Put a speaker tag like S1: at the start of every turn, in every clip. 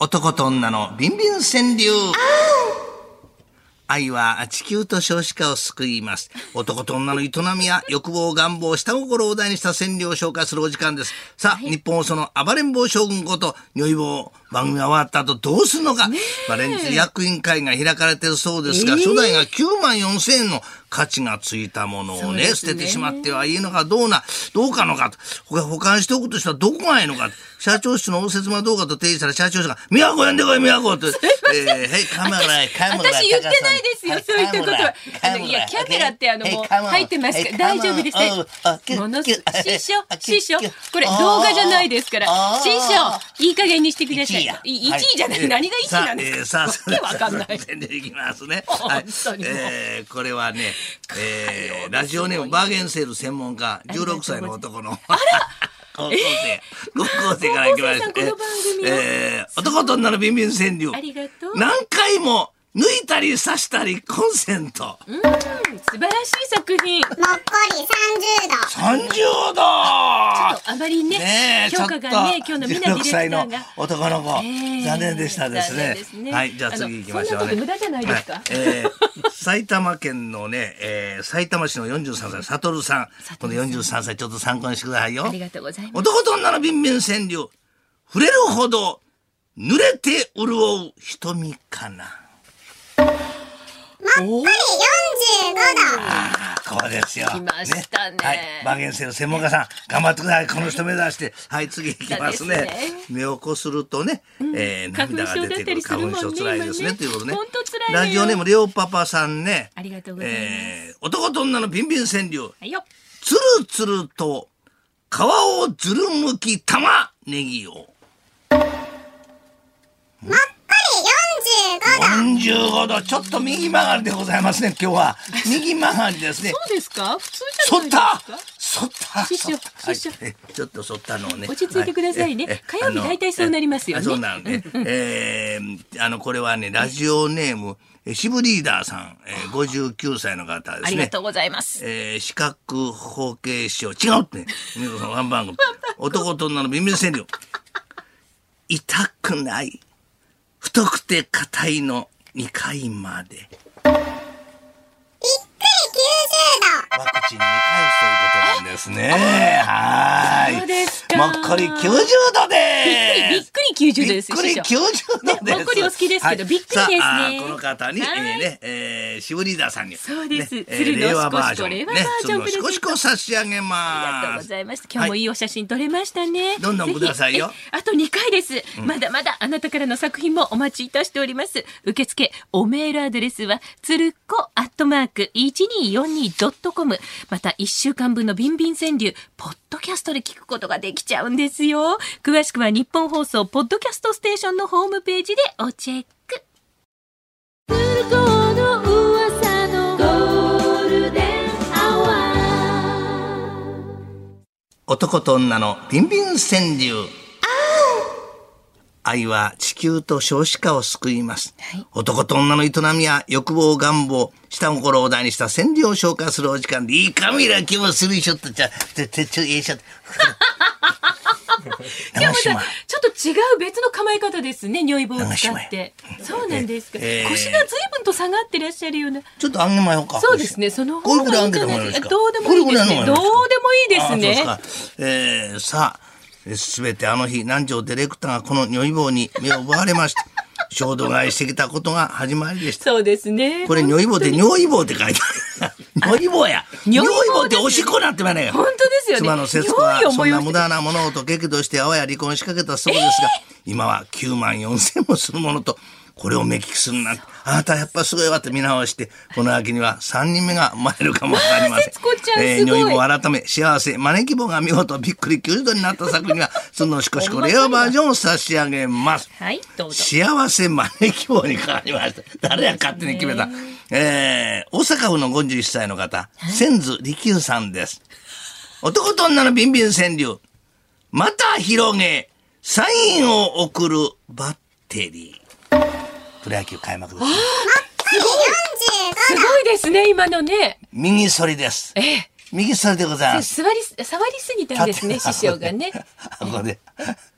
S1: 男と女のビンビン川柳。愛は地球と少子化を救います。男と女の営みや欲望、願望、下心を題にした川柳を紹介するお時間です。さあ、日本をその暴れん坊将軍こと、如意棒、番組が終わった後どうするのか、バレンツ役員会が開かれてるそうですが、初代が9万4千円の価値がついたもの
S2: そ
S1: をね、
S2: うです
S1: 捨
S2: ね
S1: ててしまってはいいのかどうな、どうかのかと、ほか保管しておくとしたらどこがいいのか、社長室の応接間動画と提示したら社長室が、宮古呼んでこい、宮古と、えー、はい、カメラへ、カメラへ
S2: 私言ってないですよ、
S1: はい
S2: そういったことは。
S1: カ
S2: あ
S1: メラ
S2: のいや、
S1: カメラ
S2: キャメラってあの、
S1: Okay?
S2: もう
S1: Hey, come on.
S2: 入ってますから、
S1: Hey,
S2: 大丈夫です
S1: come on. Oh, oh,
S2: ね。ものす師
S1: okay.
S2: 匠
S1: Okay.、
S2: 師匠
S1: Okay.、
S2: これ
S1: Oh,
S2: 動画じゃないですから
S1: oh,、
S2: 師
S1: oh,
S2: 匠、いい加減にしてくださ
S1: 1
S2: い。
S1: 位や。
S2: い1位じゃない、何が1位なんですか。
S1: さあ、えー、さあ、
S2: わけわかんない。
S1: でいきますね。
S2: 本
S1: はい
S2: 当にもう
S1: えーこれはね、えー、ラジオネームバーゲンセール専門家、16歳の男の。高校生、高校生からいきまし
S2: 高校生さ
S1: た
S2: ん。この番組は
S1: えー、男と女のビンビン川柳。
S2: ありがとう
S1: 何回も抜いたり刺したりコンセント。
S2: うん素晴らしい作品。
S3: もっこり30
S1: 30
S3: 度。
S1: 度
S2: あまりね
S1: ね、え、
S2: 評価がね、
S1: ちょ
S2: 今日の
S1: っと
S2: みなディレ
S1: 16
S2: クタ
S1: 歳の
S2: ーが。
S1: 男の子、
S2: ええ
S1: 残念でしたです
S2: 残
S1: ね
S2: 念ですね
S1: はい、じゃあ次行きましょう
S2: あの
S1: ね。
S2: そんなこと無駄じゃないですか
S1: はえー埼玉県のね、えー、埼玉市の43歳、サトルさん。この43歳、ちょっと参考にしてくださいよ。
S2: ありがとうございます。
S1: 男と女のビンビン川柳、触れるほど濡れて潤う瞳かな。
S3: もっこり45度。
S1: ああ、こうですよ。
S2: 来ましたね
S1: はい、バーゲンセール専門家さん、頑張ってください。この人目指して、はい、次いきますね。
S2: ですね
S1: 目をこするとね、えー、
S2: 花粉
S1: 涙が
S2: 症
S1: 出
S2: だってた
S1: くる
S2: りするもん
S1: 花
S2: ね
S1: 粉症つらいです
S2: 今
S1: ね
S2: ね
S1: ということね。
S2: ほんと辛いのよ
S1: ラジオネームレオパパさんね。
S2: ありがとうございます
S1: えー男と女のビンビン川柳、
S2: はいよ。
S1: つるつると皮をずるむき玉ねぎを。
S3: もっこり45度。
S1: 45度、ちょっと右曲がりでございますね、今日は。右曲がりですね。
S2: そうですか普通じゃ
S1: そ
S2: ない
S1: っ
S2: です
S1: た
S2: か
S1: そった
S2: 師匠
S1: そったはい
S2: 師匠
S1: えちょっとそったのをね
S2: 落ち着いてくださいね
S1: はえ
S2: 火曜日
S1: あの
S2: 大体そうなりますよね
S1: あそうなんでえーあのこれはねラジオネームえシブリーダーさんえー59歳の方ですね
S2: ありがとうございます。
S1: えー、視覚法系師匠違うってね美子さんワンバンコ男と女のビンビン川柳痛くない太くて硬いの2回まで
S3: びっくり90度。
S1: ワクチン2回打つということなんですね。は
S2: そう
S1: ーい。
S2: ですか
S1: もっこり90度
S2: び
S1: で
S2: っ
S1: す。
S2: くり90度です。
S1: びっくり
S2: 師匠
S1: 90度です。
S2: ねもっこりお好きですけど
S1: はい
S2: びっくりですね
S1: さああーこの方に、え
S2: は
S1: ー
S2: い
S1: ね、えー、シブリーダーさんに。
S2: そうです
S1: ねえ
S2: 鶴
S1: ー
S2: の
S1: 令和バージョン。
S2: シ
S1: ね
S2: コシコ令和バージョン
S1: 鶴のシコシコ差し上げ
S2: ありがとう
S1: ま
S2: ご
S1: す。
S2: ざいました。今日もいいお写真撮れましたね。
S1: どんどん
S2: ぜひ
S1: くださいよ
S2: えあと2回です。まだまだあなたからの作品もお待ちいたしております。受付、おメールアドレスは、つるっこアットマーク 1242.com。また1週間分のビンビン川柳、ポッドキャストで聞くことができちゃうんですよ。詳しくは日本放送、ポッドキャストステーションのホームページでおチェック。向こうの噂のゴールデンアワー。
S1: 男と女のビンビン川柳。愛は地球と少子化を救います。
S2: はい
S1: 男と女の営みや欲望、願望、下心を題にした川柳を紹介するお時間で、いいカメラ、今日もスリーショットじゃ、て、て、ちょ、え えショット。
S2: 今
S1: 長
S2: 日ま
S1: 島
S2: た。ちょっと違う別の構え方ですね、尿意棒を使って。そうなんですか。
S1: えー
S2: 腰が随分と下がってらっしゃるような。
S1: ちょっとあげまようか。
S2: そうですね、その
S1: こ
S2: 方
S1: れぐらい
S2: がい
S1: あ
S2: いん
S1: げ
S2: じ
S1: た
S2: ゃ
S1: 方
S2: ない
S1: がいい
S2: で
S1: です
S2: す
S1: か。
S2: か。どうでもいいですね。
S1: これぐらの
S2: ど
S1: 方
S2: う
S1: が
S2: でもいいですね。
S1: あそうですかえーさあ、すべてあの日、南條ディレクターがこの如意棒に目を奪われました。衝動買いしてきたことが始まりでした。
S2: そうですね。
S1: これ、尿意棒って、尿意棒って書いてある。尿意棒や。
S2: 尿
S1: 尿
S2: 意
S1: 意
S2: 棒
S1: 棒っておしっこなってまね
S2: 本当ですよね。
S1: 妻の節子は
S2: 尿意を
S1: そん
S2: 催
S1: な
S2: し
S1: 無
S2: て
S1: 駄なものと激怒してあわや離婚しかけたそうですが、今は9万4千もするものとこれを目利きするなんてあなたやっぱすごいわって見直してこの秋には3人目が生まれるかもわかりません
S2: 節子ちゃん
S1: ー
S2: すごい
S1: 如意棒改め幸せ招き棒が見事びっくり90度になった作品はそのしこしこ令和バージョンを差し上げます
S2: はい、どうぞ。
S1: 幸せ招き棒に変わり ました。誰が勝手に決めた。えー、大阪府の51歳の方、千津利休さんです。男と女のビンビン川柳、また広げ、サインを送るバッテリー。プロ野球開幕です
S2: す
S1: ね、
S2: ごいですね、今のね。
S1: 右反りです。
S2: ええ。
S1: 右反りでございます。
S2: 座り、触りすぎたんですね、師匠がね。
S1: あ。ここで、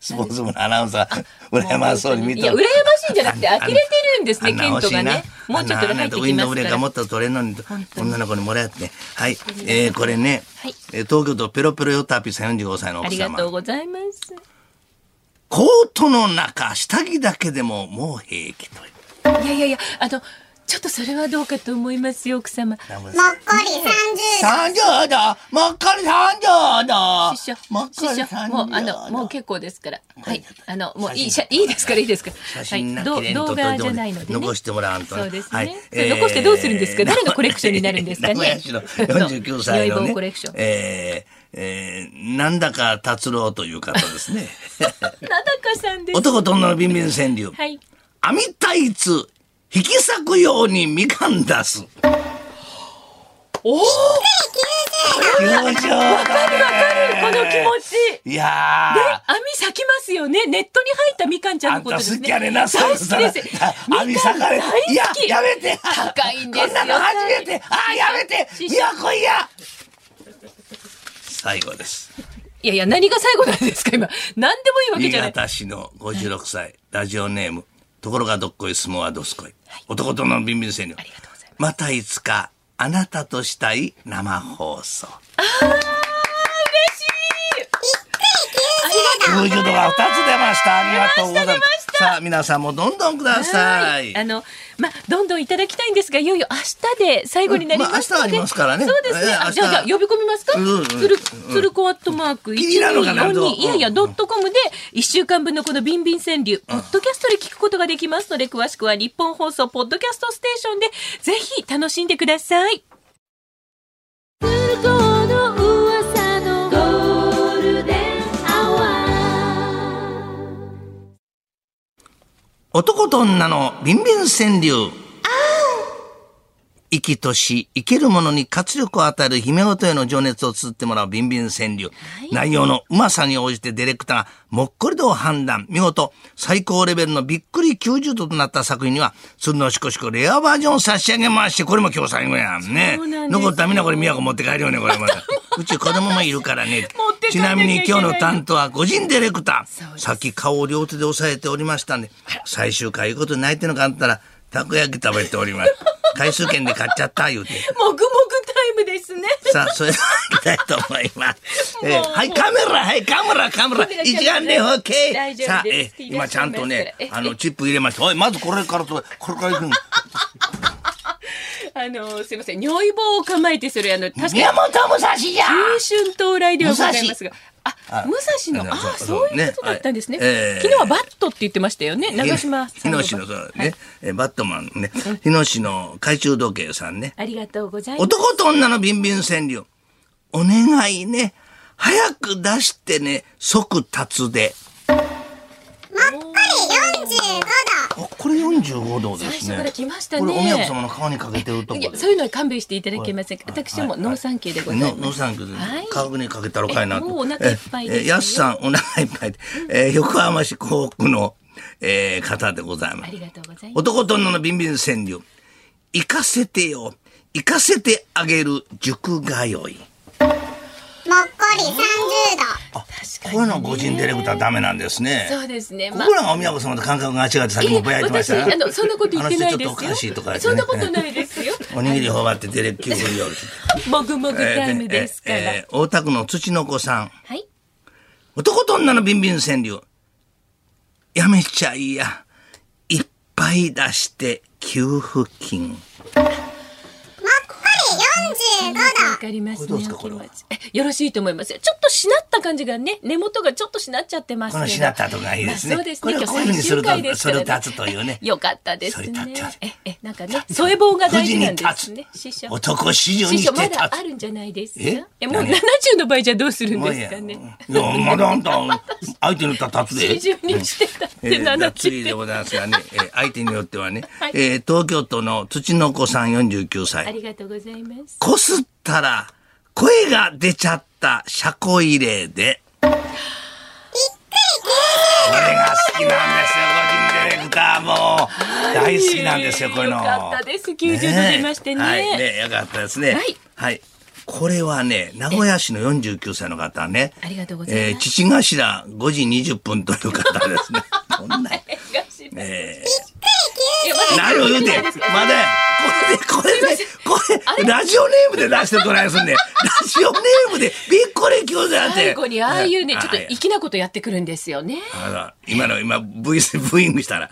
S1: スポーツ部のアナウンサー、羨ましそうに見
S2: い
S1: た。
S2: や、羨ましいんじゃなくて、呆れてるんですね、
S1: あ
S2: ケン
S1: 欲
S2: ト
S1: しい
S2: が
S1: な
S2: ね。もうちょっとで入っ
S1: あんなあんな
S2: て
S1: ウ
S2: き
S1: ィン
S2: ま
S1: ドウ
S2: す
S1: ブレー
S2: か
S1: カー
S2: ら
S1: 持。ったら取れんのに
S2: 本、当に
S1: 女の子にもらって。はい。えー、これね、
S2: はい
S1: えー東京都ペロペロヨタピさん45歳の
S2: あ
S1: 奥
S2: りがとう
S1: 様。
S2: ございます。
S1: コートの中、下着だけでももう平気という。
S2: いやいやいや、あの、ちょっとそれはどうかと思いますよ、奥様。
S1: なんぼです
S3: もっこり30度。
S1: 三十度もっこり三十度
S2: 師匠
S1: もっこ
S2: 師
S1: り
S2: 匠
S1: 三
S2: もうあ
S1: 十
S2: の
S1: 度
S2: もう結構ですからは
S1: はいい
S2: あのもういい
S1: 写
S2: 写
S1: 真
S2: いいですからいいですから
S1: 写真な
S2: はいど
S1: きれいに撮っ
S2: 動
S1: といてもら
S2: 画
S1: う
S2: じゃないのでね
S1: 残してもらわんとね
S2: そうですね、
S1: はい
S2: それ残してどうするんですか、
S1: えー
S2: 誰のコレクションになるんですかね
S1: 名古屋市の49歳の
S2: 如意
S1: ね
S2: 棒コレクション
S1: えーえーなんだか達郎という方ですね
S2: なだかさんです
S1: 男と女のビンビン川柳
S2: はい
S1: 網タイツ引き裂くようにみかん出す
S2: おおわ
S1: 優勝
S2: かるわかるこの気持ち
S1: いやー
S2: 網咲きますよねネットに入ったみかんちゃん
S1: あ
S2: の
S1: ん
S2: こ
S1: た
S2: とですね
S1: 好きやねんな、
S2: 大好き
S1: そういうの
S2: です
S1: さあ網
S2: みかん
S1: 盛かれ。
S2: 大好き
S1: いや、やめて。
S2: 高いんですよ
S1: こんなの初めて。あ、やめて。
S2: 師匠
S1: 宮古いや。最後です。
S2: いやいや何が最後なんですか今何でもいいわけ
S1: 新
S2: じゃない
S1: 潟市の56歳、ラジオネーム。ところがどっこい、相撲はどすこい。男とのビンビン戦略
S2: ありがとうございます
S1: またいつか、あなたとしたい生放送。90度が2つ出ました。ありがとうございます。さあ、皆さんもどんどんください。
S2: あの、まあ、どんどんいただきたいんですが、いよいよ明日で最後になりますので。
S1: うんまあ明日ありますからね
S2: そうですね。
S1: ええ
S2: あ
S1: 明日
S2: じゃあ、じゃあ呼び込みますか。
S1: うんうん
S2: つる、つるこアットマーク
S1: 気になるのかな
S2: 1242。いやいや、
S1: うん
S2: ドットコムで、一週間分のこのビンビン川柳、ポッドキャストで聞くことができますので、詳しくは日本放送ポッドキャストステーションで、ぜひ楽しんでください。つるこの噂のゴールデンアワー。
S1: 男と女のビンビン川柳。生きとし、生けるものに活力を与える姫ごとへの情熱を綴ってもらうビンビン川柳。内容のうまさに応じてディレクターがもっこり度を判断。見事、最高レベルのびっくり90度となった作品には、鶴のしこしこレアバージョンを差し上げまして、これも今日最後やんね。
S2: そうなんですよ
S1: 残ったみんなこれ宮古持って帰るよね、これまで。 うち子供もいるからね
S2: 持って。帰
S1: ち
S2: んなきゃ
S1: な
S2: けな
S1: いみ
S2: い
S1: に今日の担当は個人ディレクタ
S2: そうで
S1: ー。
S2: す
S1: さっき顔を両手で押さえておりましたんで、最終回いうことで泣いてるのかあったら、たこ焼き食べており ます。回数券で買っちゃった、言うて。
S2: もぐもぐタイムですね。
S1: さあ、それではいきたいと思います。えー
S2: もう
S1: はい、カメラ、はい、カメラ、カメラ
S2: カメラ、
S1: 一眼レフ
S2: カメラ
S1: OK
S2: 大丈夫です
S1: さあ、えー
S2: いら
S1: 今
S2: っし
S1: ち
S2: ゃ
S1: ゃ
S2: い
S1: ん
S2: ます
S1: とね
S2: え、
S1: あの、チップ入れました。おい、まずこれからと、これから行くの。
S2: あの、すいません、尿意棒を構えてそれ、あの、確かに、
S1: 宮本武蔵じゃ
S2: 青春到来ではございますが。あ、
S1: あ
S2: 武蔵の、
S1: あ
S2: あ
S1: そう
S2: あ、そういうこと
S1: ね
S2: だったんですね。
S1: はいえー
S2: 昨日はバットって言ってましたよね、長島さんの
S1: 日野
S2: バ
S1: 市の、
S2: ッ
S1: そ
S2: ト。
S1: うね、えーバットマンね、日野市の懐中時計さんね。
S2: ありがとうございます。
S1: 男と女のビンビン川柳。お願いね。早く出してね。即達で。
S3: もっこり45度。
S1: あ、これ45度です
S2: 最初
S1: ね。
S2: から来ました
S1: これお宮子
S2: ね。
S1: 様の顔にかけてるとこ
S2: い
S1: で
S2: や、。そういうのは勘弁していただけませんか。
S1: はいはい
S2: 私はもう農産系でござい
S1: の
S2: ま
S1: の
S2: す。
S1: さんけど
S2: はい、
S1: 科学にかけたろかいなと。
S2: えもうお腹いっぱいですよ
S1: ええやすさん、お腹いっぱいで。えー横浜市港区の、えー方でございま
S2: あ
S1: す。
S2: りがとうございます。
S1: 男と女のビンビン川柳。行かせてよ。行かせてあげる塾通い。
S3: もっこり30度。
S1: あ、こういうの個人ディレクターダメなんですね。
S2: そうですね。
S1: こ
S2: まあ
S1: こらがお宮子様と感覚が違ってさっきもぼやいてました
S2: いやいや 私あのそんなこと言ってないですよ
S1: あの人ちょっとおかしいとか言って
S2: そ
S1: ね
S2: んなことないですよ。
S1: おにぎり頬張ってディレクティブによる。
S2: もぐもぐタイムですから。
S1: えーえー大田区の土の子さん。
S2: はい。
S1: 男と女のビンビン川柳。やめちゃいや。いっぱい出して給付金。
S3: もっこり
S2: わ
S3: 45度。
S2: かりますね。
S1: これどうですかこれ
S2: お
S1: は
S2: 気持ちえよろしいと思いますよ。ちょっとしなった感じがね、根元がちょっとしなっちゃってますけ
S1: こ
S2: ど。
S1: のしなったとがいいですね。
S2: まあそうです
S1: こ
S2: ね。
S1: れをこういうふう
S2: 今
S1: に
S2: 日
S1: する
S2: 最終回で
S1: と、
S2: す
S1: そ
S2: から
S1: れ
S2: ね
S1: 立つというね。
S2: よかったですね
S1: それ立つ。
S2: え、え、なんかね、添え棒が
S1: 富
S2: 大
S1: 士
S2: 事
S1: に
S2: なん
S1: 立
S2: です
S1: つ
S2: ね。師匠。
S1: 男師匠
S2: 師
S1: にして
S2: 匠、ま
S1: 立
S2: だあ
S1: つ。
S2: るんじゃないですか
S1: え
S2: え、もう
S1: 何
S2: 70の倍じゃどうするん
S1: もう
S2: です
S1: いいや
S2: か
S1: い
S2: ね。
S1: や、まだあんた、相手に立つ で。
S2: 40にしてたっ
S1: え
S2: て
S1: ー、じゃあ
S2: 70
S1: 次でございますがね、えー相手によってはね、
S2: はい
S1: えー東京都の土の子さん49
S2: あ
S1: 歳。
S2: りがとうございます。
S1: こすったら声が出ちゃった車庫入れで。これが好きなんですよ、個人ディレクターもう。大好きなんですよ、こういうの。
S2: よかったです。90度出ましてね。
S1: はい、ね、よかったですね。
S2: はい。
S1: はい。これはね、名古屋市の49歳の方ね。
S2: ありがとうございます
S1: えー、父頭5時20分という方で すね。こんな。えー、何を言うて、まだや、これで、これで、これ、ラジオネームで出してこないす んで、ラジオネームで、びっこり今日じゃなくて。
S2: 最後にああいうね、
S1: は
S2: ちょっと粋なことやってくるんですよね。
S1: あら、今の、今、ブイス、 ブーイングしたら、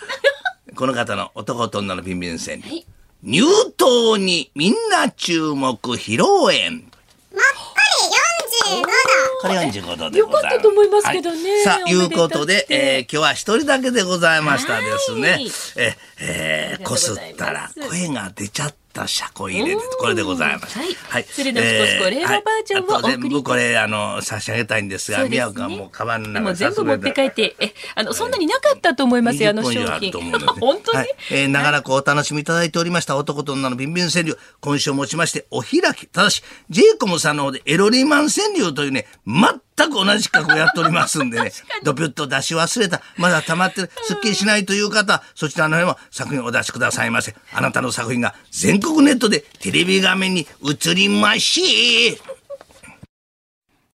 S1: この方の男と女のビンビン戦、
S2: はい
S1: 入党にみんな注目披露宴。
S3: もっこり45度。
S1: これ45度でございま
S2: よ
S1: す。
S2: かったと思いますけどね
S1: はいさ
S2: お
S1: あ、い
S2: めで
S1: う
S2: たくて
S1: ことで、えー今日は一人だけでございましたです
S2: は
S1: ね
S2: い。
S1: え、え
S2: り
S1: ー
S2: がとう
S1: こ
S2: ご
S1: すっ
S2: ざいます
S1: たら声が出ちゃった車庫入れで、これでございます。
S2: はい鶴のしこしこ令和バージョンを
S1: はいあと
S2: お送りいた
S1: 全部これ、あの、差し上げたいんですが、
S2: そうですね
S1: 宮岡はもうカバンの中
S2: もう
S1: にさ
S2: 全
S1: す
S2: 部
S1: が
S2: 持
S1: に
S2: って帰って、え、あの、そんなになかったと思いますよ、あの商
S1: 20本以上あ
S2: 品。
S1: ると思うので
S2: 本当に、
S1: はいえー長らくお楽しみいただいておりました男と女のビンビン川柳。今週をもちましてお開き。ただし、ジェイコムさんの方でエロリーマン川柳というね、全く同じ企画をやっておりますん でね、ドピュッと出し忘れた、まだ溜まってる、すっきりしないという方は、そちらの方へも作品をお出しくださいませ。あなたの作品が全国ネットでテレビ画面に映りまし